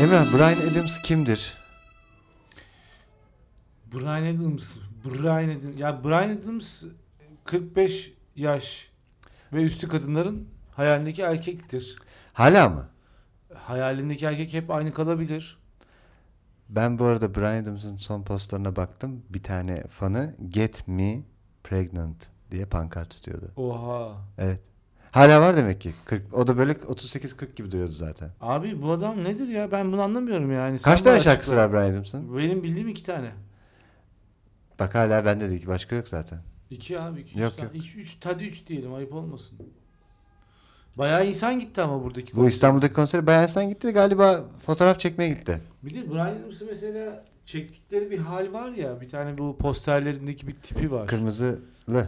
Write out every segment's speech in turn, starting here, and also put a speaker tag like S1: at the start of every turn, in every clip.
S1: Emrah Brian Adams kimdir?
S2: Brian Adams. Brian Adams. Ya Brian Adams 45 yaş ve üstü kadınların hayalindeki erkektir.
S1: Hala mı?
S2: Hayalindeki erkek hep aynı kalabilir.
S1: Ben bu arada Brian Adams'ın son postlarına baktım. Bir tane fanı Get Me Pregnant diye pankart tutuyordu.
S2: Oha.
S1: Evet. Hala var demek ki. 40, o da böyle 38-40 gibi duruyordu zaten.
S2: Abi bu adam nedir ya? Ben bunu anlamıyorum yani. Sen
S1: Kaç tane
S2: bana
S1: şarkısı
S2: açıkla.
S1: var Brian Adams'ın?
S2: Benim bildiğim iki tane.
S1: Bak hala bende de ki başka yok zaten.
S2: İki abi. Iki,
S1: Yok,
S2: üç, tane.
S1: yok.
S2: Üç, üç, hadi üç diyelim ayıp olmasın. Bayağı insan gitti ama buradaki.
S1: Bu İstanbul'daki konsere Brian Adams'tan gitti galiba fotoğraf çekmeye gitti.
S2: Bir de Brian Adams'ı mesela çektikleri bir hal var ya. Bir tane bu posterlerindeki bir tipi var.
S1: Kırmızılı.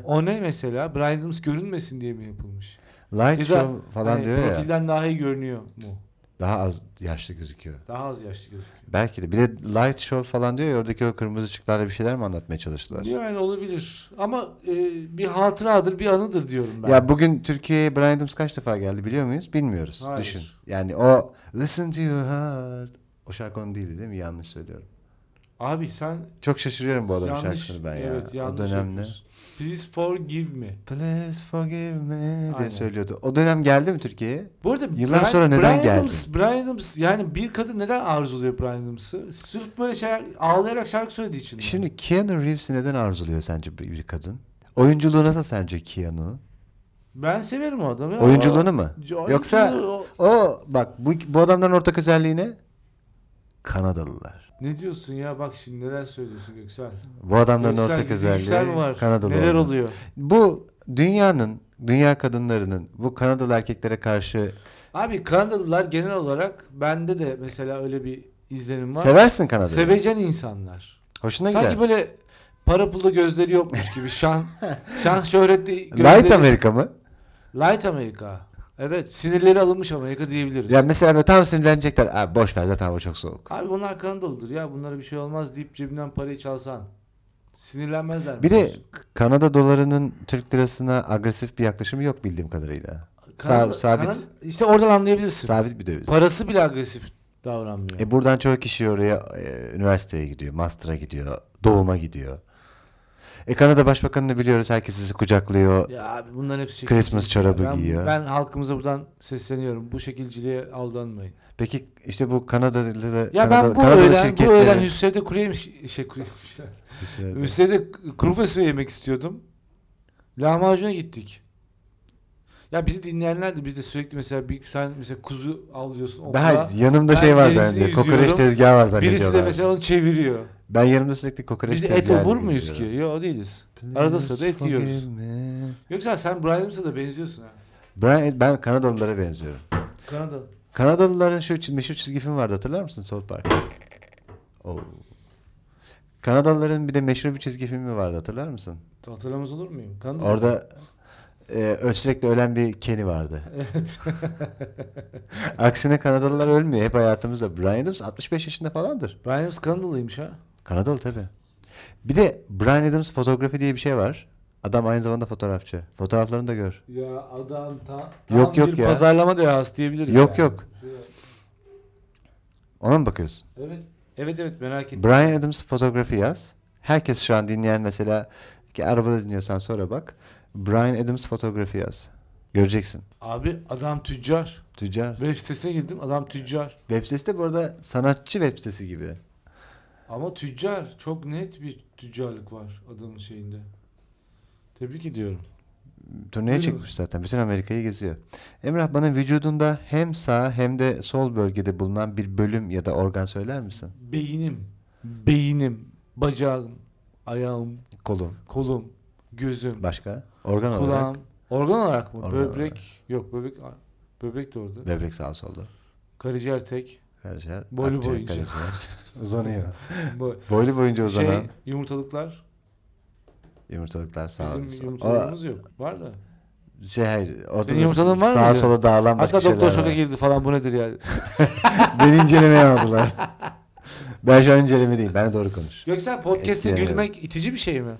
S2: O ne mesela? Brian Adams görünmesin diye mi yapılmış?
S1: Light
S2: Ya da
S1: Show falan
S2: Hani
S1: diyor ya.
S2: profilden daha iyi görünüyor mu?
S1: Daha az yaşlı gözüküyor.
S2: Daha az yaşlı gözüküyor.
S1: Belki de. Bir de Light Show falan diyor ya oradaki o kırmızı ışıklarla bir şeyler mi anlatmaya çalıştılar?
S2: Yani olabilir. Ama e, bir hatıradır, bir anıdır diyorum ben.
S1: Ya bugün Türkiye'ye Brian Adams kaç defa geldi biliyor muyuz? Bilmiyoruz.
S2: Hayır.
S1: Düşün. Yani o Listen to your heart. O şarkı onun değildi değil mi? Yanlış söylüyorum.
S2: Abi sen
S1: Çok şaşırıyorum bu adamın
S2: yanlış.
S1: şarkısını ben
S2: evet,
S1: ya. O
S2: yanlış
S1: dönemde.
S2: yapıyorsun. Please forgive me.
S1: Please forgive me diye
S2: Aynen.
S1: söylüyordu. O dönem geldi mi Türkiye'ye?
S2: Bu arada
S1: Yıllar sonra neden
S2: Brian
S1: geldi?
S2: Adams, Brian Adams yani bir kadın neden arzuluyor Brian Adams'ı? Sırf böyle şey ağlayarak şarkı söylediği için. mi?
S1: Şimdi Keanu Reeves'i neden arzuluyor sence bir bir kadın? Oyunculuğu nasıl sence Keanu'nun?
S2: ben severim o adamı.
S1: Oyunculuğunu mu?
S2: Oyunculuğu-
S1: Yoksa
S2: o-
S1: o bak bu, bu adamların ortak özelliği ne? Kanadalılar.
S2: ne diyorsun ya bak şimdi neler söylüyorsun Göksel.
S1: Bu adamların
S2: Göksel,
S1: ortak
S2: bizde işler mi
S1: özelliği
S2: var?
S1: Kanadalı
S2: Neler
S1: olması.
S2: oluyor?
S1: Bu dünyanın, dünya kadınlarının bu Kanadalı erkeklere karşı
S2: Abi Kanadalılar genel olarak bende de mesela öyle bir izlenim var.
S1: seversin Kanada'yı.
S2: Sevecen insanlar.
S1: Hoşuna
S2: Sanki
S1: gider.
S2: böyle para pulda gözleri yokmuş gibi. Şan, şan şöhretli gözleri.
S1: Light Amerika mı?
S2: Light Amerika. Evet sinirleri alınmış Amerika diyebiliriz.
S1: Ya mesela böyle tam sinirlenecekler. Aa, boş ver zaten hava çok soğuk.
S2: Abi bunlar Kanadalıdır ya bunlara bir şey olmaz deyip cebinden parayı çalsan. Sinirlenmezler. mi
S1: Bir de
S2: diyorsun?
S1: Kanada dolarının Türk lirasına agresif bir yaklaşımı yok bildiğim kadarıyla.
S2: Kanada-
S1: sabit.
S2: Kanada- işte oradan anlayabilirsin.
S1: Sabit bir döviz.
S2: Parası bile agresif davranmıyor.
S1: E buradan çoğu kişi oraya e, üniversiteye gidiyor, master'a gidiyor, doğuma gidiyor. E Kanada Başbakanı'nı biliyoruz. Herkes sizi kucaklıyor.
S2: Ya abi bunların hepsi şekilcilik.
S1: Christmas çorabı
S2: ben,
S1: giyiyor.
S2: Ben halkımıza buradan sesleniyorum. Bu şekilciliğe aldanmayın.
S1: Peki işte bu Kanadalı
S2: Ya
S1: Kanada-
S2: ben bu
S1: Kanadalı
S2: öğlen, bu
S1: şirketlerin-
S2: öğlen Hüsrev'de kuru yemiş, şey kuru yemişler.
S1: Bir sene de-
S2: Hüsrev'de kuru fasulye yemek istiyordum. Lahmacuna gittik. Ya bizi dinleyenler de biz de sürekli mesela bir sen mesela kuzu avlıyorsun. okla.
S1: Ben yanımda
S2: Ben
S1: şey var
S2: denizi
S1: zannediyor.
S2: yüzüyorum.
S1: Kokoreç tezgahı var
S2: Birisi
S1: zannediyorlar.
S2: de mesela onu çeviriyor.
S1: Ben yanımda sürekli kokoreç
S2: Biz de
S1: tezgahı
S2: et obur muyuz ki?
S1: geziyorum.
S2: Yok değiliz. Arada sırada et yiyoruz. Yoksa sen Brian Adams'a da benziyorsun ha.
S1: Ben, ben Kanadalılara benziyorum.
S2: Kanada.
S1: Kanadalıların şu çi- meşhur çizgi film vardı hatırlar mısın South Park? Oo. Kanadalıların bir de meşhur bir çizgi filmi vardı hatırlar mısın?
S2: Hatırlamaz olur muyum? Kanada.
S1: Orada e, ö- sürekli ölen bir Kenny vardı.
S2: Evet.
S1: Aksine Kanadalılar ölmüyor. Hep hayatımızda. Brian Adams 65 yaşında falandır.
S2: Brian Adams Kanadalıymış ha.
S1: Kanadalı tabi. Bir de Brian Adams fotoğrafı diye bir şey var. Adam aynı zamanda fotoğrafçı. Fotoğraflarını da gör.
S2: Ya adam ta, tam
S1: Yok, yok
S2: bir
S1: ya.
S2: pazarlama dehası diyebiliriz.
S1: Yok
S2: yani.
S1: yok. Ona mı bakıyorsun?
S2: Evet. Evet evet merak ettim.
S1: Brian Adams fotoğrafı yaz. Herkes şu an dinleyen mesela ki arabada dinliyorsan sonra bak. Brian Adams fotoğrafı yaz. Göreceksin.
S2: Abi adam tüccar.
S1: Tüccar.
S2: Web sitesine girdim adam tüccar.
S1: Web sitesi de bu arada sanatçı web sitesi gibi.
S2: Ama tüccar çok net bir tüccarlık var adamın şeyinde. Tebrik ediyorum.
S1: Turneye
S2: Buyurun.
S1: çıkmış zaten. Bütün Amerika'yı geziyor. Emrah bana vücudunda hem sağ hem de sol bölgede bulunan bir bölüm ya da organ söyler misin?
S2: Beynim, beynim, bacağım, ayağım,
S1: Kolum.
S2: kolum, gözüm,
S1: Başka? Organ olarak.
S2: kulağım. Organ olarak mı?
S1: Organ
S2: böbrek. Yok böbrek böbrek de orada.
S1: Böbrek sağ solda.
S2: Karaciğer tek.
S1: Karaciğer.
S2: Boylu
S1: akciğer,
S2: boyunca.
S1: karaciğer. Uzanıyor.
S2: Bu-
S1: Boylu boyunca uzanan
S2: şey yumurtalıklar.
S1: yumurtalıklar sağ
S2: Bizim
S1: sol.
S2: yumurtalarımız yok. Var da.
S1: O- şey hayır. Orada
S2: Senin yumurtalığın var
S1: sağa
S2: mıydı?
S1: sola dağılan başka
S2: Hatta doktor şoka
S1: şeyler var.
S2: girdi falan bu nedir yani.
S1: Beni incelemeye aldılar. ben şu an inceleme değil. Bana doğru konuş.
S2: Göksel podcast'te
S1: Etkilenelim.
S2: gülmek itici bir şey mi?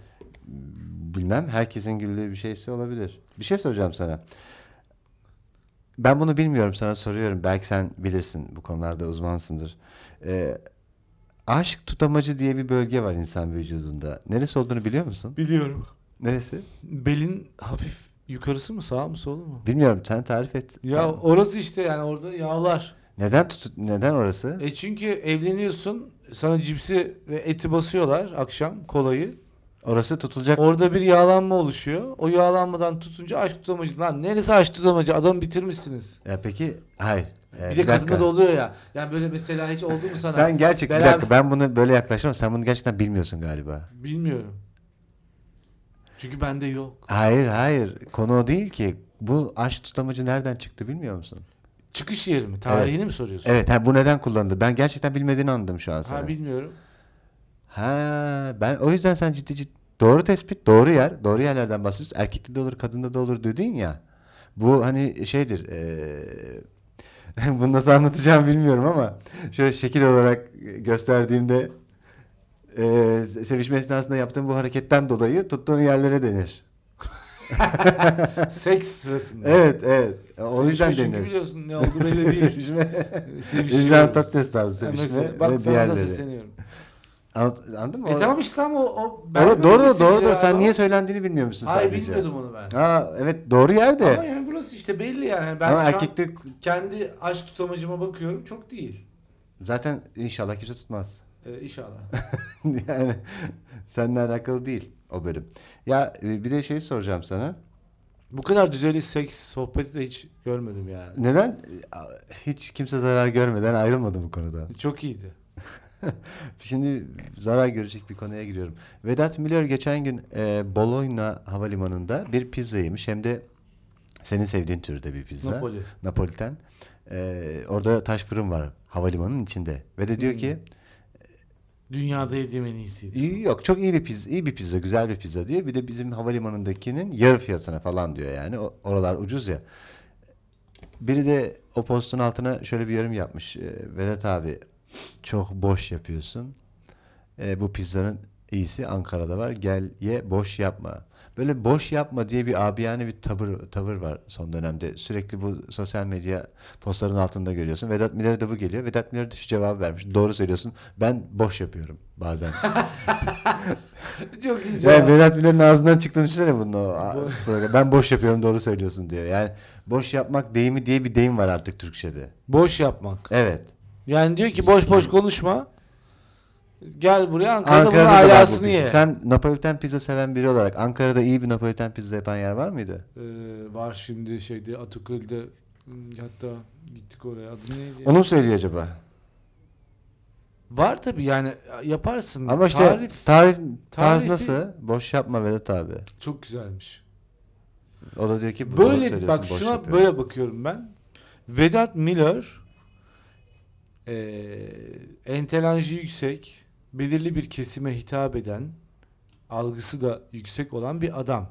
S1: Bilmem herkesin güldüğü bir şeyse olabilir. Bir şey soracağım sana. Ben bunu bilmiyorum sana soruyorum. Belki sen bilirsin bu konularda uzmansındır. Ee, aşk tutamacı diye bir bölge var insan vücudunda. Neresi olduğunu biliyor musun?
S2: Biliyorum.
S1: Neresi?
S2: Belin hafif yukarısı mı sağ mı solu mu?
S1: Bilmiyorum sen tarif et.
S2: Ya
S1: Tam-
S2: orası işte yani orada yağlar.
S1: Neden tut neden orası?
S2: E çünkü evleniyorsun sana cipsi ve eti basıyorlar akşam kolayı.
S1: Orası tutulacak.
S2: Orada bir yağlanma oluşuyor. O yağlanmadan tutunca aşk tutamacı. Lan neresi aşk tutamacı? Adam bitirmişsiniz.
S1: Ya peki hayır. Ee,
S2: bir
S1: bir
S2: de
S1: dakika.
S2: kadında da oluyor ya. Yani böyle mesela hiç oldu mu sana?
S1: Sen gerçek bir
S2: Beraber-
S1: dakika ben bunu böyle yaklaşamam. Sen bunu gerçekten bilmiyorsun galiba.
S2: Bilmiyorum. Çünkü bende yok.
S1: Hayır hayır. Konu o değil ki. Bu aşk tutamacı nereden çıktı bilmiyor musun?
S2: Çıkış yeri mi? Tarihini mi soruyorsun?
S1: Evet ha, bu neden kullanıldı? Ben gerçekten bilmediğini anladım şu an
S2: Ha
S1: sana.
S2: bilmiyorum.
S1: Ha ben o yüzden sen ciddi ciddi doğru tespit doğru yer doğru yerlerden bahsediyorsun. Erkekte de olur kadında da olur dedin ya. Bu hani şeydir eee, bunu nasıl anlatacağım bilmiyorum ama şöyle şekil olarak gösterdiğimde eee sevişme esnasında yaptığım bu hareketten dolayı tuttuğun yerlere denir.
S2: Seks sırasında.
S1: Evet evet o
S2: Sevişme
S1: yüzden
S2: Çünkü
S1: denir.
S2: biliyorsun ne oldu belli değil.
S1: sevişme.
S2: Sevişiyoruz.
S1: İbrahim Tatlıses tarzı
S2: şey Ha,
S1: sevişme
S2: mesela,
S1: ve
S2: Bak sana da
S1: diğerleri.
S2: sesleniyorum.
S1: Anlat, anladın mı?
S2: E tamam işte ama o... o
S1: Doğru doğru doğru. doğru. Sen niye
S2: söylüyorsun
S1: söylendiğini bilmiyor musun
S2: Hayır
S1: sadece?
S2: bilmiyordum onu ben.
S1: Ha evet doğru yerde.
S2: Ama yani burası işte belli yani. yani ben
S1: Ama
S2: şu an
S1: erkekte
S2: kendi aşk tutamacıma bakıyorum çok değil.
S1: zaten inşallah kimse tutmaz.
S2: Ee, inşallah.
S1: yani seninle alakalı değil o bölüm. Ya e, bir de şey soracağım sana.
S2: Bu kadar düzeli seks sohbeti de hiç görmedim yani.
S1: Neden e, a- hiç kimse zarar görmeden ayrılmadı bu konudan?
S2: Çok iyiydi.
S1: Şimdi zarar görecek bir konuya giriyorum. Vedat Milor geçen gün e, Bologna havalimanında bir pizza yemiş. Hem de senin sevdiğin türde bir pizza.
S2: Napoli.
S1: Napoliten. E, orada taş fırın var havalimanının içinde. Ve de diyor
S2: Hmm.
S1: ki
S2: Dünyada yediğim en iyisiydi.
S1: İyi, Yok çok iyi bir pizza, iyi bir pizza, güzel bir pizza diyor. Bir de bizim havalimanındakinin yarı fiyatına falan diyor yani. O- oralar ucuz ya. Biri de o postun altına şöyle bir yorum yapmış. Ee, Vedat abi çok boş yapıyorsun. Ee, bu pizzanın iyisi Ankara'da var. Gel ye boş yapma. Böyle boş yapma diye bir abiyane bir tavır tavır var son dönemde. Sürekli bu sosyal medya postların altında görüyorsun. Vedat Milor'a da bu geliyor. Vedat Milor da şu cevabı vermiş. Doğru söylüyorsun. Ben boş yapıyorum bazen.
S2: Çok iyi.
S1: Yani
S2: cevap.
S1: Vedat Milor'un ağzından çıktığını düşünsene bunun o a-
S2: Doğru.
S1: program. Ben boş yapıyorum doğru söylüyorsun diyor. Yani boş yapmak deyimi diye bir deyim var artık Türkçe'de.
S2: Boş yapmak.
S1: Evet.
S2: Yani diyor ki boş boş konuşma. Gel buraya Ankara'da, bunun
S1: Ankara'da da var bu
S2: alasını
S1: pizza.
S2: ye.
S1: Sen Napoliten pizza seven biri olarak Ankara'da iyi bir Napoliten pizza yapan yer var mıydı?
S2: Ee, var şimdi şeyde Atakül'de hmm, hatta gittik oraya adı neydi?
S1: Onu mu söylüyor acaba?
S2: Var tabi yani yaparsın.
S1: Ama işte tarif,
S2: Hmm,
S1: tarif
S2: Tarif
S1: tarz
S2: tarifi-
S1: nasıl? Boş yapma Vedat abi.
S2: çok güzelmiş.
S1: O da diyor ki "Doğru
S2: Böyle
S1: söylüyorsun,
S2: bak
S1: boş
S2: şuna
S1: yapıyorum."
S2: böyle bakıyorum ben. Vedat Milor eee entelenji yüksek, belirli bir kesime hitap eden, algısı da yüksek olan bir adam.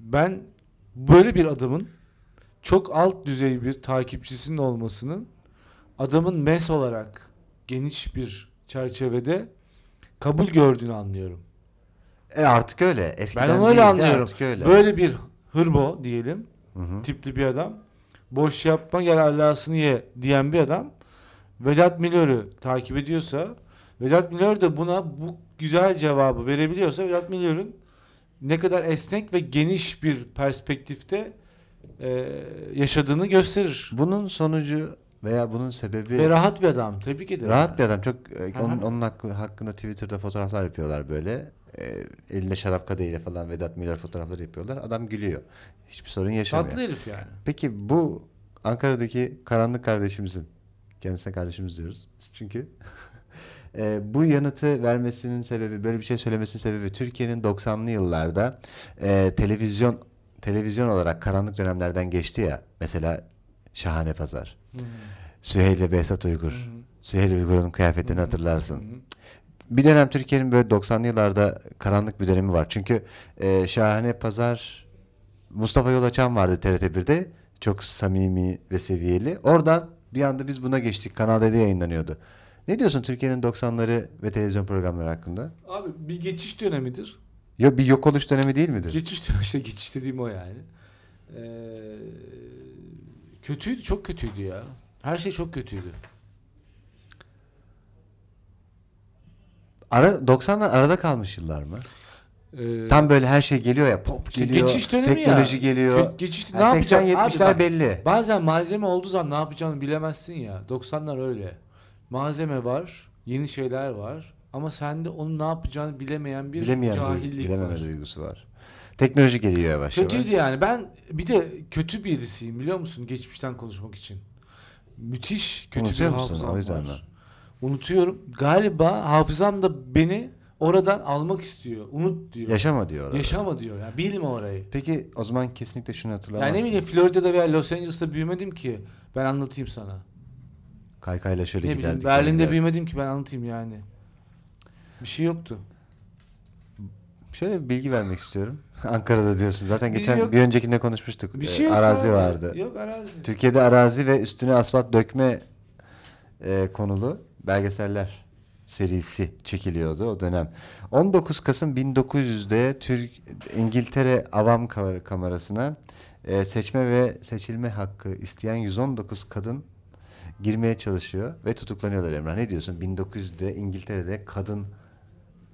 S2: Ben böyle bir adamın çok alt düzey bir takipçisinin olmasının adamın mes olarak geniş bir çerçevede kabul gördüğünü anlıyorum.
S1: E artık öyle. Eskiden
S2: Ben onu
S1: değil
S2: öyle
S1: de
S2: anlıyorum.
S1: Artık öyle.
S2: Böyle bir hırbo diyelim
S1: Hı hı.
S2: tipli bir adam. Boş yapma gel Allah'sını ye diyen bir adam. Vedat Milor'u takip ediyorsa Vedat Milor da buna bu güzel cevabı verebiliyorsa Vedat Milor'un ne kadar esnek ve geniş bir perspektifte e, yaşadığını gösterir.
S1: Bunun sonucu veya bunun sebebi
S2: Ve rahat bir adam. Tebrik ederim.
S1: Rahat bir adam çok e,
S2: Aha.
S1: onun onun hakkı- hakkında Twitter'da fotoğraflar yapıyorlar böyle. E, elinde şarap kadehiyle falan Vedat Milor fotoğrafları yapıyorlar. Adam gülüyor. Hiçbir sorun yaşamıyor.
S2: Tatlı herif yani.
S1: Peki bu Ankara'daki karanlık kardeşimizin kendisine kardeşimiz diyoruz. Çünkü e, bu yanıtı vermesinin sebebi, böyle bir şey söylemesinin sebebi Türkiye'nin 90'lı yıllarda e, televizyon televizyon olarak karanlık dönemlerden geçti ya. Mesela Şahane Pazar, Süheyl ve Behzat Uygur. Süheyl Uygur'un kıyafetlerini hatırlarsın. Bir dönem Türkiye'nin böyle 90'lı yıllarda karanlık bir dönemi var. Çünkü e, Şahane Pazar Mustafa Yolaçan vardı TRT1'de. Çok samimi ve seviyeli. Oradan bir anda biz buna geçtik. Kanal D'de yayınlanıyordu. Ne diyorsun Türkiye'nin 90'ları ve televizyon programları hakkında?
S2: Abi bir geçiş dönemidir.
S1: Yok bir yok oluş dönemi değil midir?
S2: Geçiş dönemi işte geçiş dediğim o yani. Ee, Kötüydü, çok kötüydü ya. Her şey çok kötüydü.
S1: Ara 90'lar arada kalmış yıllar mı?
S2: Ee,
S1: Tam böyle her şey geliyor ya pop
S2: işte
S1: geliyor.
S2: geçiş dönemi
S1: teknoloji
S2: ya.
S1: geliyor.
S2: Kö- geçiş ne
S1: Yani 80
S2: yapacağız?
S1: 70'ler belli.
S2: Bazen malzeme olduğu zaman ne yapacağını bilemezsin ya. 90'lar öyle. Malzeme var, yeni şeyler var ama sende onun ne yapacağını bilemeyen bir
S1: Bilemeyen duygu,
S2: cahillik
S1: bilememe
S2: var.
S1: duygusu var. Teknoloji geliyor yavaş
S2: Kötüydü
S1: yavaş.
S2: yani. Ben bir de kötü birisiyim biliyor musun geçmişten konuşmak için. Müthiş kötü
S1: Unutuyor
S2: bir
S1: musun?
S2: hafızam
S1: O yüzden
S2: var. Unutuyorum. Galiba hafızam da beni oradan almak istiyor. Unut diyor.
S1: Yaşama diyor orada.
S2: Yaşama diyor. Yani bilme orayı.
S1: Peki o zaman kesinlikle şunu
S2: Yani
S1: hatırlamazsın.
S2: ne bileyim Florida'da veya Los Angeles'ta büyümedim ki. Ben anlatayım sana.
S1: Kaykayla şöyle
S2: ne bileyim
S1: giderdik. böyle
S2: Berlin'de
S1: giderdik.
S2: büyümedim ki ben anlatayım yani. Bir şey yoktu.
S1: Şöyle bir bilgi vermek istiyorum. Ankara'da diyorsun. Zaten
S2: Bir şey
S1: geçen
S2: yok.
S1: bir öncekinde konuşmuştuk.
S2: Bir
S1: Ee,
S2: şey yoktu
S1: arazi
S2: abi.
S1: vardı.
S2: Yok arazi.
S1: Türkiye'de arazi ve üstüne asfalt dökme e, konulu belgeseller serisi çekiliyordu o dönem. 19 Kasım 1900'de Türk İngiltere Avam Kama- Kamerası'na e, seçme ve seçilme hakkı isteyen 119 kadın girmeye çalışıyor ve tutuklanıyorlar Emrah. Ne diyorsun? 1900'de İngiltere'de kadın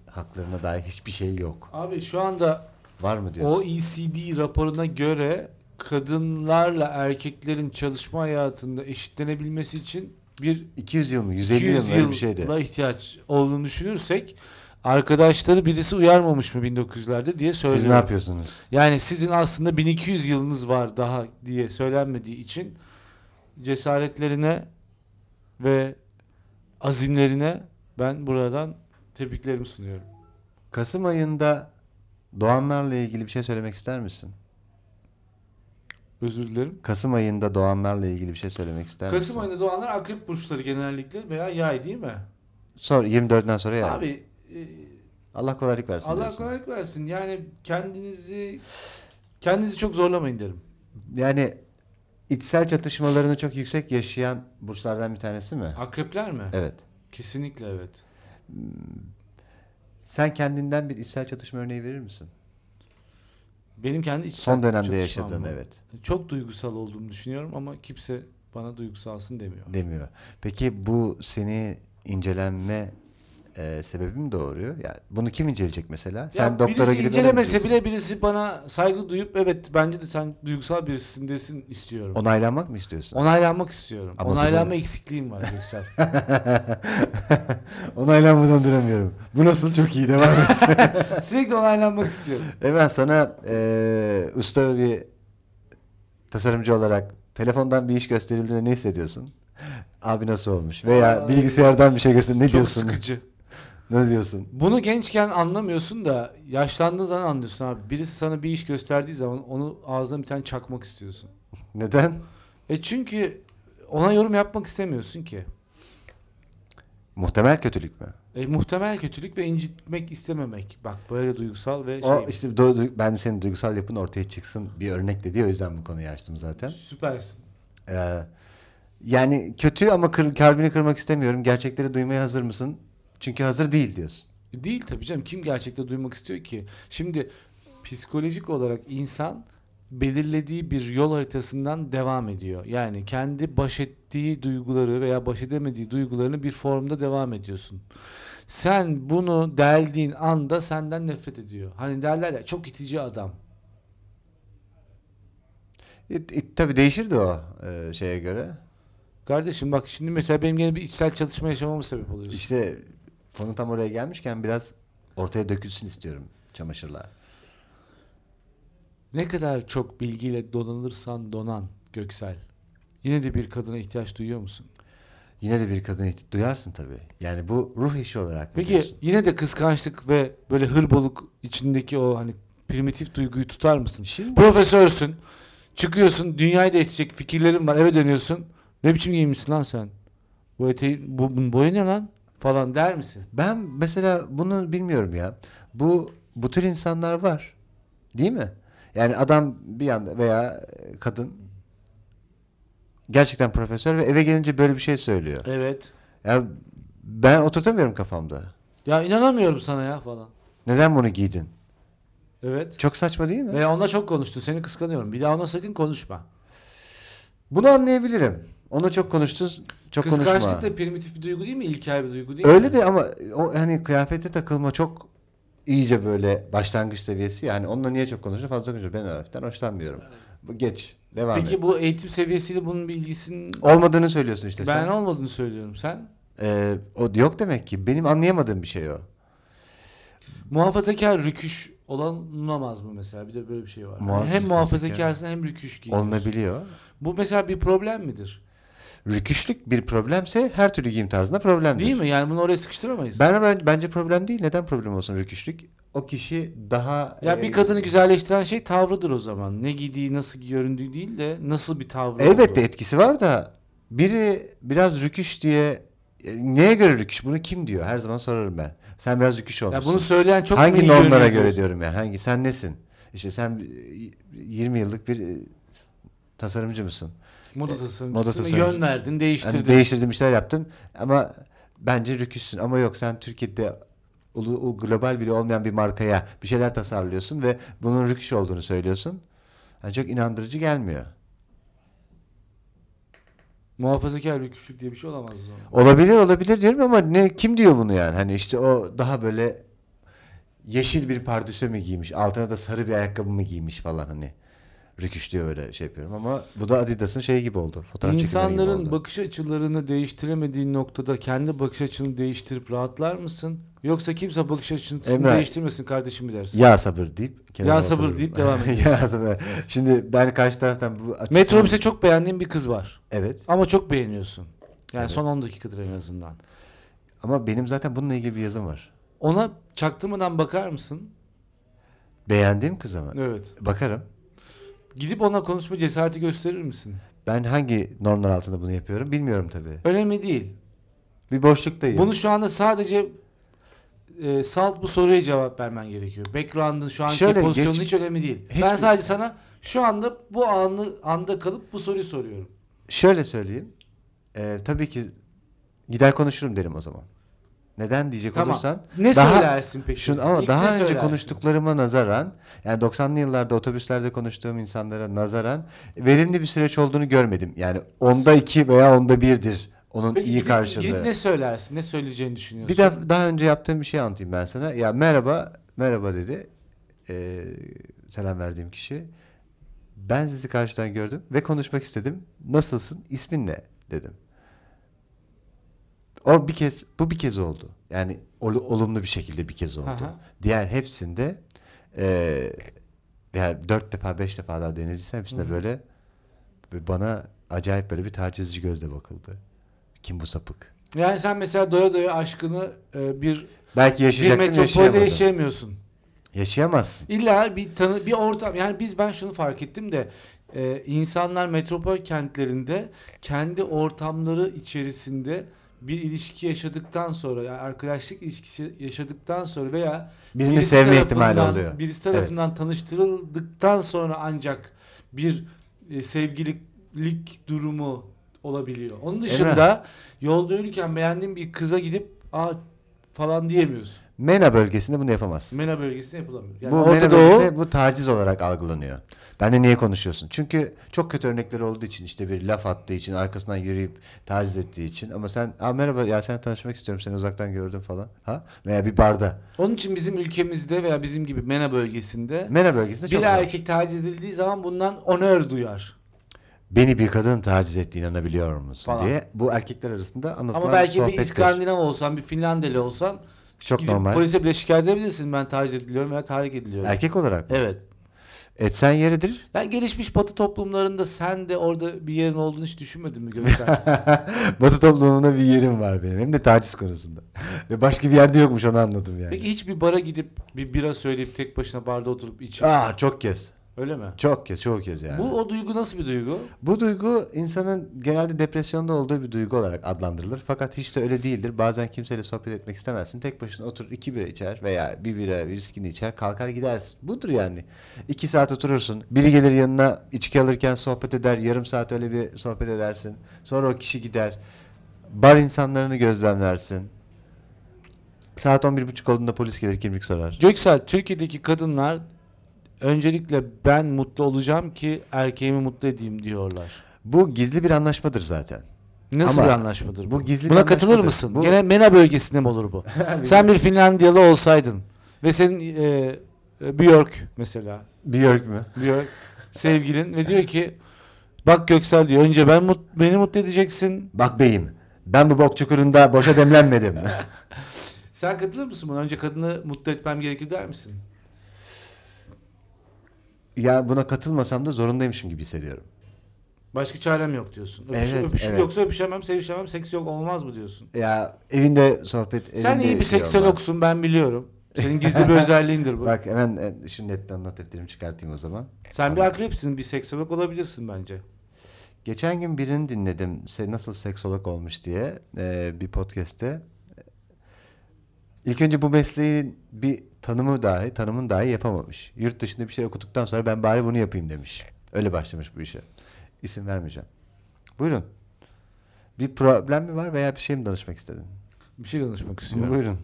S1: haklarına dair hiçbir şey yok.
S2: Abi şu anda
S1: Var mı diyorsun?
S2: OECD E raporuna göre kadınlarla erkeklerin çalışma hayatında eşitlenebilmesi için bir
S1: 200 yıl mı? 150
S2: 200
S1: yıl mı? Öyle bir şeydi.
S2: yıla ihtiyaç olduğunu düşünürsek arkadaşları birisi uyarmamış mı 1900'lerde diye söylüyor.
S1: Siz ne yapıyorsunuz?
S2: Yani sizin aslında 1200 yılınız var daha diye söylenmediği için cesaretlerine ve azimlerine ben buradan tebriklerimi sunuyorum.
S1: Kasım ayında doğanlarla ilgili bir şey söylemek ister misin?
S2: Özür dilerim.
S1: Kasım ayında doğanlarla ilgili bir şey söylemek ister misin?
S2: Kasım ayında doğanlar akrep burçları genellikle veya yay değil mi?
S1: Sonra 24'den sonra ya.
S2: Abi e,
S1: Allah kolaylık versin
S2: Allah
S1: Şey diyorsun.
S2: kolaylık versin. Yani kendinizi kendinizi çok zorlamayın derim.
S1: Yani içsel çatışmalarını çok yüksek yaşayan burçlardan bir tanesi mi?
S2: Akrepler mi?
S1: Evet.
S2: Kesinlikle evet.
S1: Sen kendinden bir içsel çatışma örneği verir misin?
S2: Benim kendi içsel
S1: Son dönemde
S2: çatışmam
S1: yaşadığın
S2: bu.
S1: evet
S2: Çok duygusal olduğumu düşünüyorum ama kimse bana duygusalsın demiyor.
S1: demiyor. Peki bu seni incelenme e, sebebi mi doğuruyor? Yani bunu kim inceleyecek mesela? Sen
S2: ya
S1: doktora
S2: birisi
S1: gidip
S2: incelemese
S1: öğrenmeyeceksin.
S2: bile birisi bana saygı duyup evet bence de sen duygusal birisin desin istiyorum.
S1: onaylanmak mı istiyorsun?
S2: Onaylanmak istiyorum.
S1: Ama
S2: Onaylanma
S1: bilemem.
S2: eksikliğim var Göksel.
S1: Onaylanmadan duramıyorum. Bu nasıl çok iyi devam et.
S2: Sürekli onaylanmak istiyorum.
S1: Emrah sana eee usta ve bir tasarımcı olarak telefondan bir iş gösterildiğinde ne hissediyorsun? Abi nasıl olmuş? Veya
S2: Ay.
S1: bilgisayardan bir şey gösterildi ne
S2: Çok
S1: diyorsun?
S2: sıkıcı.
S1: Ne diyorsun?
S2: Bunu gençken anlamıyorsun da yaşlandığın zaman anlıyorsun abi. Birisi sana bir iş gösterdiği zaman onu ağzına bir tane çakmak istiyorsun.
S1: Neden?
S2: E çünkü ona yorum yapmak istemiyorsun ki.
S1: Muhtemel kötülük mü?
S2: E, muhtemel kötülük ve incitmek istememek. Bak böyle duygusal ve şey.
S1: O işte du- du- ben senin duygusal yapın ortaya çıksın bir örnekle diye o yüzden bu konuyu açtım zaten.
S2: Süpersin.
S1: Ee, yani kötü ama kır, kalbini kırmak istemiyorum. Gerçekleri duymaya hazır mısın? Çünkü hazır değil diyorsun.
S2: Değil tabii canım. Kim gerçekte duymak istiyor ki? Şimdi psikolojik olarak insan belirlediği bir yol haritasından devam ediyor. Yani kendi baş ettiği duyguları veya baş edemediği duygularını bir formda devam ediyorsun. Sen bunu deldiğin anda senden nefret ediyor. Hani derler ya çok itici adam.
S1: It, it, tabii değişir de o e, şeye göre.
S2: Kardeşim bak şimdi mesela benim gene bir içsel çatışma yaşamama sebep oluyorsun.
S1: İşte konu tam oraya gelmişken biraz ortaya dökülsün istiyorum çamaşırlar.
S2: Ne kadar çok bilgiyle donanırsan donan Göksel. Yine de bir kadına ihtiyaç duyuyor musun?
S1: Yine de bir kadın ihti- duyarsın tabii. Yani bu ruh işi olarak mı
S2: Peki
S1: diyorsun?
S2: yine de kıskançlık ve böyle hırboluk içindeki o hani primitif duyguyu tutar mısın?
S1: Şimdi
S2: Profesörsün. Çıkıyorsun dünyayı değiştirecek fikirlerin var eve dönüyorsun. Ne biçim giymişsin lan sen? Bu eteği, bu, bunun boyu ne lan? Falan der misin?
S1: ben mesela bunu bilmiyorum ya. Bu bu tür insanlar var. Değil mi? Yani adam bir yanda veya e, kadın gerçekten profesör ve eve gelince böyle bir şey söylüyor.
S2: Evet.
S1: Ya ben oturtamıyorum kafamda.
S2: Ya inanamıyorum sana ya falan.
S1: Neden bunu giydin?
S2: Evet.
S1: Çok saçma değil mi?
S2: Veya onunla çok konuştun seni kıskanıyorum. Bir daha ona sakın konuşma.
S1: Bunu anlayabilirim. Onu çok konuştun, çok konuşma.
S2: Kıskançlık da primitif bir duygu değil mi? İlkel bir duygu değil mi?
S1: Öyle de ama o hani kıyafete takılma çok iyice böyle başlangıç seviyesi yani onunla niye çok konuştun fazla konuşuyor. Ben o harften hoşlanmıyorum. Bu Geç. Devam
S2: Peki
S1: et.
S2: bu eğitim seviyesiyle bunun bilgisinin
S1: Olmadığını söylüyorsun işte
S2: ben
S1: sen.
S2: olmadığını söylüyorum. Sen
S1: Ee, o yok demek ki. Benim anlayamadığım bir şey o.
S2: muhafazakar rüküş olamaz mı mesela? Bir de böyle bir şey var.
S1: Muhafazakar.
S2: hem muhafazakarsın hem rüküş giyiyorsun.
S1: Olunabiliyor.
S2: Bu mesela bir problem midir?
S1: Rüküşlük bir problemse her türlü giyim tarzında problemdir.
S2: Değil mi? Yani bunu oraya sıkıştıramayız.
S1: Ben ben- bence problem değil. Neden problem olsun rüküşlük? O kişi daha
S2: ya
S1: e,
S2: bir kadını güzelleştiren şey tavrıdır o zaman. Ne giydiği, nasıl göründüğü değil de nasıl bir tavrı.
S1: Elbette
S2: olduğu.
S1: etkisi var da biri biraz rüküş diye e, neye göre rüküş? Bunu kim diyor? Her zaman sorarım ben. Sen biraz rüküş
S2: Ya
S1: olmuşsun.
S2: bunu söyleyen çok mu
S1: Hangi
S2: iyi
S1: normlara
S2: görünüyor
S1: göre
S2: diyorsun?
S1: diyorum yani? Hangi sen nesin? İşte sen e, 20 yıllık bir e, tasarımcı mısın? moda
S2: Moda tasarımcısına
S1: tasarımcısı.
S2: yön verdin,
S1: Yani
S2: değiştirdin.
S1: değiştirdim işler yaptın ama bence rüküşsün ama yok sen Türkiye'de ulu, ulu- global bile olmayan bir markaya bir şeyler tasarlıyorsun ve bunun rüküş olduğunu söylüyorsun. Yani çok inandırıcı gelmiyor.
S2: Muhafazakar rüküşlük diye bir şey olamaz o zaman.
S1: Olabilir olabilir diyorum ama ne kim diyor bunu yani? Hani işte o daha böyle yeşil bir pardösü mü giymiş, altına da sarı bir ayakkabı mı giymiş falan hani. Rüküş diyor böyle şey yapıyorum ama bu da Adidas'ın şeyi gibi oldu. Fotoğraf çekimleri gibi
S2: İnsanların
S1: oldu.
S2: bakış açılarını değiştiremediği noktada kendi bakış açını değiştirip rahatlar mısın? Yoksa kimse bakış açısını
S1: Emre-
S2: değiştirmesin kardeşim mi dersin?
S1: Ya sabır deyip kenara
S2: Ya sabır
S1: otururum.
S2: deyip devam
S1: ya sabır. Şimdi ben karşı taraftan bu açısını...
S2: Metrobüse çok beğendiğin bir kız var.
S1: Evet
S2: Ama çok beğeniyorsun. Yani
S1: Evet.
S2: son 10 dakikadır en azından.
S1: ama benim zaten bununla ilgili bir yazım var.
S2: Ona çaktırmadan bakar mısın?
S1: Beğendiğim kıza mı?
S2: Evet.
S1: Bakarım.
S2: Gidip ona konuşma cesareti gösterir misin?
S1: Ben hangi normlar altında bunu yapıyorum bilmiyorum tabii.
S2: Önemli değil.
S1: Bir boşluktayım.
S2: Bunu şu anda sadece e, salt bu soruya cevap vermen gerekiyor. Background'ın şu anki
S1: Şöyle
S2: pozisyonu
S1: geç-
S2: hiç önemli değil.
S1: Hiç-
S2: ben sadece sana şu anda bu anı anda kalıp bu soruyu soruyorum.
S1: Şöyle söyleyeyim. Ee, tabii ki gider konuşurum derim o zaman. Neden diyecek
S2: Tamam.
S1: olursan.
S2: Ne
S1: daha-
S2: söylersin peki?
S1: Şunu, ama
S2: İlk ne
S1: daha önce
S2: söylersin?
S1: konuştuklarıma nazaran yani 90'lı yıllarda otobüslerde konuştuğum insanlara nazaran verimli bir süreç olduğunu görmedim. Yani onda iki veya onda birdir onun
S2: Peki
S1: iyi
S2: gidip- gidip
S1: karşılığı.
S2: ne söylersin? Ne söyleyeceğini düşünüyorsun?
S1: Bir de daha önce yaptığım bir şey anlatayım ben sana. Ya merhaba, merhaba dedi. Ee, selam verdiğim kişi. Ben sizi karşıdan gördüm ve konuşmak istedim. Nasılsın? İsmin ne? dedim. O bir kez, bu bir kez oldu. Yani ol- olumlu bir şekilde bir kez oldu.
S2: Aha.
S1: Diğer hepsinde eee yani dört defa beş defa daha denediysem hepsinde böyle bana acayip böyle bir tacizci gözle bakıldı. Kim bu sapık?
S2: Yani sen mesela doya doya aşkını e, bir
S1: Belki
S2: bir
S1: yaşayacaktım
S2: metropolde
S1: yaşayamadım.
S2: yaşayamıyorsun.
S1: Yaşayamazsın.
S2: İlla bir tanı bir ortam yani biz ben şunu fark ettim de e, insanlar metropol kentlerinde kendi ortamları içerisinde bir ilişki yaşadıktan sonra yani arkadaşlık ilişkisi yaşadıktan sonra veya
S1: Birini
S2: birisi
S1: sevme
S2: tarafından-
S1: ihtimali oluyor.
S2: Birisi tarafından tanıştırıldıktan sonra ancak bir e, sevgililik durumu olabiliyor. Onun dışında yolda yürürken beğendiğin bir kıza gidip aa falan diyemiyorsun.
S1: MENA bölgesinde bunu yapamazsın.
S2: MENA bölgesinde yapılamıyor. Yani
S1: bu
S2: Orta
S1: MENA
S2: Doğu-
S1: bölgesinde bu taciz olarak algılanıyor. Ben de niye konuşuyorsun? Çünkü çok kötü örnekler olduğu için işte bir laf attığı için arkasından yürüyüp taciz ettiği için ama sen Aa, merhaba ya sen tanışmak istiyorum seni uzaktan gördüm falan ha veya bir barda
S2: Onun için bizim ülkemizde veya bizim gibi MENA bölgesinde
S1: MENA bölgesinde
S2: bir
S1: çok zor.
S2: erkek taciz edildiği zaman bundan onör duyar.
S1: Beni bir kadın taciz ettiğine inanabiliyor musun
S2: Falan.
S1: diye bu erkekler arasında anlatılan
S2: Ama belki bir
S1: sohbettir.
S2: İskandinav olsan, bir Finlandeli olsan
S1: çok
S2: gidip
S1: normal.
S2: polise bile şikayet edebilirsin ben taciz ediliyorum veya tahrik ediliyorum.
S1: Erkek olarak
S2: Evet.
S1: etsen yeridir.
S2: Yani gelişmiş batı toplumlarında sen de orada bir yerin olduğunu hiç düşünmedin mi Göksel?
S1: Batı toplumunda bir yerim var benim. Hem de taciz konusunda. Ve başka bir yerde yokmuş onu anladım yani.
S2: Peki hiç bir bara gidip bir bira söyleyip tek başına barda oturup içip
S1: Aa Ah, çok kez.
S2: öyle mi?
S1: Çok kez, çok kez yani.
S2: Bu
S1: Bu,
S2: o duygu nasıl bir duygu?
S1: duygu insanın genelde depresyonda olduğu bir duygu olarak adlandırılır. Fakat hiç de öyle değildir. Bazen kimseyle sohbet etmek istemezsin. Tek başına oturur iki bira içer veya bir bira viskini içer kalkar gidersin. Budur yani. İki saat oturursun. Biri gelir yanına içki alırken sohbet eder. Yarım saat öyle bir sohbet edersin. Sonra o kişi gider. Bar insanlarını gözlemlersin. Saat 11.30 olduğunda polis gelir kimlik sorar.
S2: Göksel Türkiye'deki kadınlar öncelikle ben mutlu olacağım ki erkeğimi mutlu edeyim diyorlar.
S1: Bu gizli bir anlaşmadır zaten.
S2: Nasıl
S1: Ama
S2: bir anlaşmadır bu?
S1: bu gizli bir
S2: Buna katılır
S1: anlaşmadır.
S2: mısın?
S1: Bu-
S2: Gene MENA bölgesinde mi olur bu? Sen bir Finlandiyalı olsaydın ve senin e, e, Björk mesela
S1: Björk mü?
S2: Björk sevgilin ve diyor ki bak Göksel diyor önce ben mut, beni mutlu edeceksin.
S1: Bak beyim ben bu bok çukurunda boşa demlenmedim.
S2: Sen katılır mısın buna? Önce kadını mutlu etmem gerekir der misin?
S1: ya buna katılmasam da zorundaymışım gibi hissediyorum.
S2: Başka çarem yok diyorsun. Öpüş,
S1: Evet,
S2: öpüş-
S1: evet.
S2: Yoksa öpüşemem, sevişemem, seks yok olmaz mı diyorsun?
S1: Ya evinde sohbet
S2: Sen
S1: evinde
S2: iyi bir
S1: şey olmaz.
S2: seksologsun ben biliyorum. Senin gizli bir özelliğindir bu.
S1: Bak hemen e, şimdi netten not defterimi çıkartayım o zaman.
S2: Sen bir akrepsin, bir seksolog olabilirsin bence.
S1: Geçen gün birini dinledim. Se- Nasıl seksolog olmuş diye e, bir podcast'te. İlk önce bu mesleğin bir tanımı dahi, tanımın dahi yapamamış. Yurt dışında bir şey okuduktan sonra ben bari bunu yapayım demiş. Öyle başlamış bu işe. İsim vermeyeceğim. Buyurun. Bir problem mi var veya bir şey mi danışmak istedin?
S2: Bir şey danışmak istiyorum.
S1: Buyurun.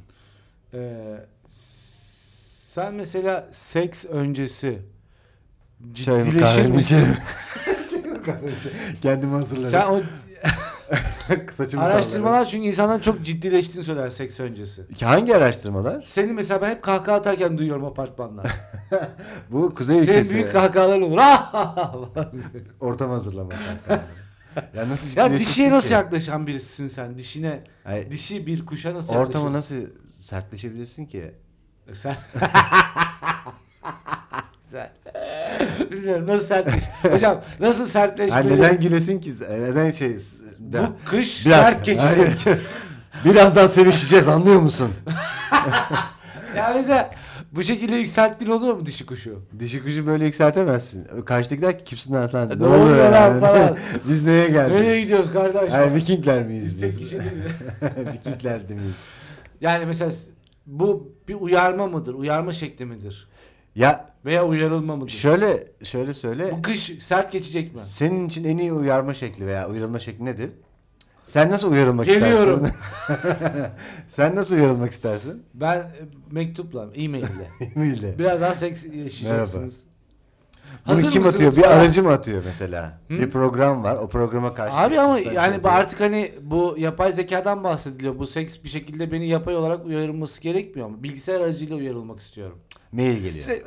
S2: Ee, sen mesela seks öncesi
S1: Çay mı,
S2: ciddileşir
S1: kahve mi,
S2: misin?
S1: içerim? Kendimi hazırladım.
S2: Sen o
S1: Saçımı salladım.
S2: araştırmalar çünkü insanların çok ciddileştiğini söyler seks öncesi.
S1: Hangi araştırmalar?
S2: Seni mesela ben hep kahkaha atarken duyuyorum apartmanda.
S1: Bu kuzey
S2: Senin
S1: ülkesi.
S2: büyük kahkahalar olur. Ah! falan.
S1: Ortam hazırlamak. ya nasıl
S2: ya
S1: ciddileşirsin
S2: dişiye nasıl
S1: ki?
S2: yaklaşan birisin sen? Dişine,
S1: Ay,
S2: dişi bir kuşa nasıl
S1: Ortama
S2: yaklaşırsın?
S1: nasıl sertleşebilirsin ki?
S2: Sen... Sen- Bilmiyorum nasıl sertleş. Hocam nasıl
S1: Ha,
S2: sertleşmeli?
S1: neden gülesin ki? Neden şey? Ya,
S2: Bu kış
S1: Bir
S2: sert
S1: dakika.
S2: geçecek.
S1: Birazdan sevişeceğiz anlıyor musun?
S2: ya mesela bu şekilde yükselttiğin olur mu dişi kuşu?
S1: Dişi kuşu böyle yükseltemezsin. Karşıdaki der ki kimsin lan lan?
S2: Ne oluyor lan E, falan.
S1: Biz neye geldik?
S2: Nereye gidiyoruz kardeş?
S1: Ay, Vikingler miyiz
S2: Tek
S1: biz?
S2: kişi değil mi?
S1: Vikingler de miyiz?
S2: Yani mesela s- bu bir uyarma mıdır? Uyarma şekli midir?
S1: Ya
S2: Veya uyarılma mıdır?
S1: şöyle şöyle söyle.
S2: Bu kış sert geçecek mi?
S1: Senin için en iyi uyarma şekli veya uyarılma şekli nedir? Sen nasıl uyarılmak
S2: Geliyorum.
S1: istersin? Sen nasıl uyarılmak istersin?
S2: Ben e, mektupla, e-mail ile.
S1: Maille.
S2: Biraz daha seks yaşayacaksınız.
S1: Bunu
S2: Hazır
S1: kim
S2: mısınız
S1: atıyor? Bir
S2: falan?
S1: aracı mı atıyor mesela? Bir program var. O programa karşı.
S2: Abi ama
S1: sen
S2: yani
S1: atıyor.
S2: bu artık hani bu yapay zekadan bahsediliyor. Bu seks bir şekilde beni yapay olarak uyarılması gerekmiyor mu? Bilgisayar aracıyla uyarılmak istiyorum.
S1: mail geliyor.
S2: Se-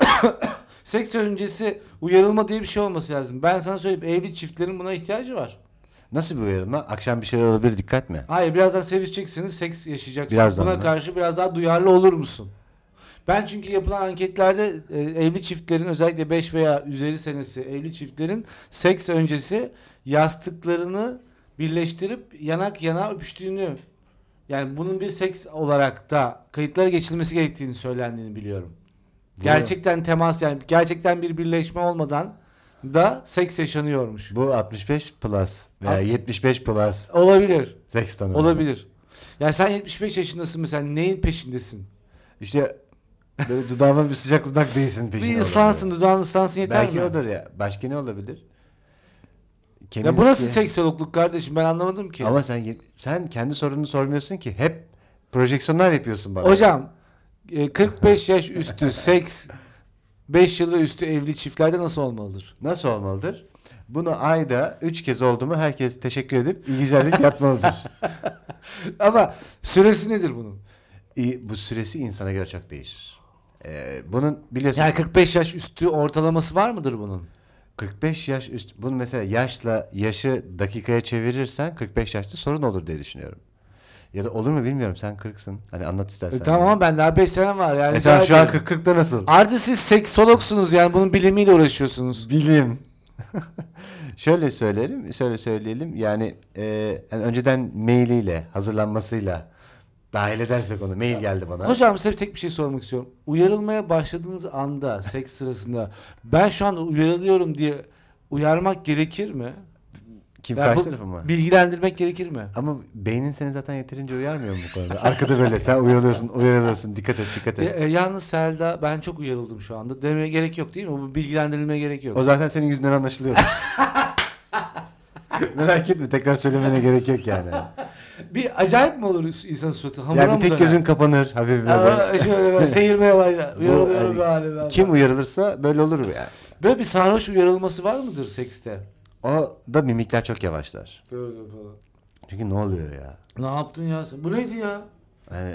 S2: seks öncesi uyarılma diye bir şey olması lazım. Ben sana söyleyeyim evli çiftlerin buna ihtiyacı var.
S1: Nasıl bir uyarılma? Akşam bir şeyler olabilir dikkat mi?
S2: Hayır birazdan sevişeceksiniz, seks yaşayacaksınız.
S1: Birazdan
S2: buna
S1: mı?
S2: karşı biraz daha duyarlı olur musun? Ben çünkü yapılan anketlerde e, evli çiftlerin özellikle 5 veya üzeri senesi evli çiftlerin seks öncesi yastıklarını birleştirip yanak yana öpüştüğünü yani bunun bir seks olarak da kayıtlara geçilmesi gerektiğini söylendiğini biliyorum. Gerçekten temas yani gerçekten bir birleşme olmadan da seks yaşanıyormuş.
S1: Bu 65 plus veya
S2: Alt-
S1: 75 plus
S2: Olabilir.
S1: seks tanımı.
S2: Olabilir. Ya sen 75 yaşındasın mesela neyin peşindesin?
S1: İşte böyle dudağıma bir sıcak dudak değilsin peşine.
S2: bir
S1: olabilir.
S2: ıslansın, dudağın ıslansın yeter
S1: Belki
S2: mi?
S1: odur ya. Başka ne olabilir?
S2: ya
S1: Kemiz
S2: bu nasıl
S1: ki-
S2: seksologluk kardeşim ben anlamadım ki.
S1: Ama sen ye- sen kendi sorununu sormuyorsun ki. Hep projeksiyonlar yapıyorsun bana.
S2: Hocam e, 45 yaş üstü seks 5 yılı üstü evli çiftlerde nasıl olmalıdır?
S1: Nasıl olmalıdır? Bunu ayda 3 kez oldu mu herkes teşekkür edip iyi geceler deyip yatmalıdır.
S2: Ama süresi nedir bunun?
S1: İyi, bu süresi insana göre çok değişir. Ee, bunun biliyorsun
S2: Yani 45 yaş üstü ortalaması var mıdır bunun?
S1: 45 yaş üst bunu mesela yaşla yaşı dakikaya çevirirsen 45 yaşta sorun olur diye düşünüyorum. Ya da olur mu bilmiyorum sen 40'sın. Hani anlat
S2: E,
S1: istersen.
S2: tamam ama ben daha 5 senem var yani.
S1: E
S2: rica
S1: tamam, şu an
S2: ederim.
S1: 40 40'ta nasıl?
S2: Artı siz seksologsunuz yani bunun bilimiyle uğraşıyorsunuz.
S1: Bilim. Şöyle söyleyelim, şöyle söyleyelim. Yani e, yani önceden mailiyle, hazırlanmasıyla dahil edersek onu. Mail geldi bana.
S2: Hocam size bir tek bir şey sormak istiyorum. Uyarılmaya başladığınız anda seks sırasında ben şu an uyarılıyorum diye uyarmak gerekir mi?
S1: Kim
S2: Yani
S1: karşı
S2: bu-
S1: tarafı mı?
S2: Bilgilendirmek gerekir mi?
S1: Ama beynin seni zaten yeterince uyarmıyor mu bu konuda? Arkada böyle sen uyarıyorsun, uyarıyorsun. Dikkat et, dikkat
S2: E,
S1: et.
S2: e, yalnız Selda ben çok uyarıldım şu anda demeye gerek yok değil mi? Bu bilgilendirilmeye gerek yok.
S1: O zaten senin yüzünden anlaşılıyor. Merak etme tekrar söylemene gerek yok yani.
S2: Bir acayip mi olur insanın suratı? Hamura
S1: yani
S2: mı
S1: bir tek
S2: döner?
S1: gözün kapanır hafif böyle.
S2: Aa, şöyle böyle seyirmeye başlar.
S1: Bu,
S2: Uyarılıyorum
S1: hani,
S2: galiba.
S1: Kim uyarılırsa böyle olur ya.
S2: Böyle bir sarhoş uyarılması var mıdır sekste?
S1: O da mimikler çok yavaşlar.
S2: Böyle falan.
S1: Çünkü ne oluyor ya?
S2: Ne yaptın ya? sen? Bu neydi ya?
S1: Hani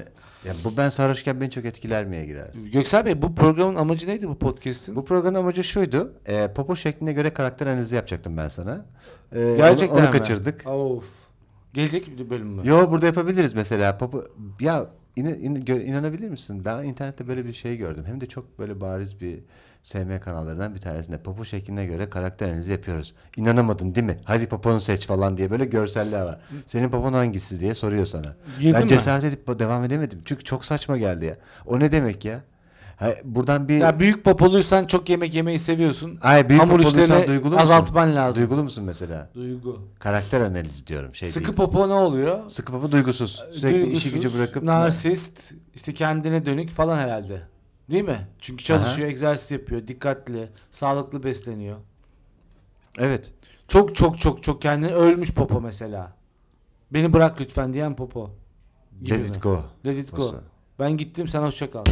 S1: ya bu ben sarhoşken beni çok etkiler miye girersin?
S2: Göksel Bey bu programın amacı neydi bu podcast'in?
S1: Bu programın amacı şuydu. E, popo şekline göre karakter analizi yapacaktım ben sana. E, onu-
S2: Gerçekten
S1: onu,
S2: mi?
S1: kaçırdık.
S2: Of. Gelecek bir bölüm mü?
S1: Yo burada yapabiliriz mesela. Popo ya in, in- gö- inanabilir misin? Ben internette böyle bir şey gördüm. Hem de çok böyle bariz bir SM kanallarından bir tanesinde popo şekline göre karakter analizi yapıyoruz. İnanamadın değil mi? Hadi poponu seç falan diye böyle görseller var. Senin popon hangisi diye soruyor sana.
S2: Girdin
S1: ben
S2: mi?
S1: cesaret edip devam edemedim. Çünkü çok saçma geldi ya. O ne demek ya? Ha, buradan bir
S2: Ya büyük popoluysan çok yemek yemeyi seviyorsun.
S1: Ay büyük
S2: Hamur
S1: popoluysan
S2: işlerini
S1: duygulu musun?
S2: azaltman lazım.
S1: Duygulu musun mesela?
S2: Duygu.
S1: Karakter analizi diyorum. Şey
S2: Sıkı
S1: değil.
S2: popo ne oluyor?
S1: Sıkı popo duygusuz. Sürekli
S2: Duygusuz,
S1: işi gücü bırakıp.
S2: narsist, işte kendine dönük falan herhalde. Değil mi? Çünkü çalışıyor, egzersiz yapıyor, dikkatli, sağlıklı besleniyor.
S1: Evet.
S2: Çok çok çok çok kendini ölmüş popo mesela. Beni bırak lütfen diyen popo. Gibi
S1: Let
S2: mi?
S1: it go.
S2: Let it go.
S1: Popo.
S2: Ben gittim sen hoşça kal.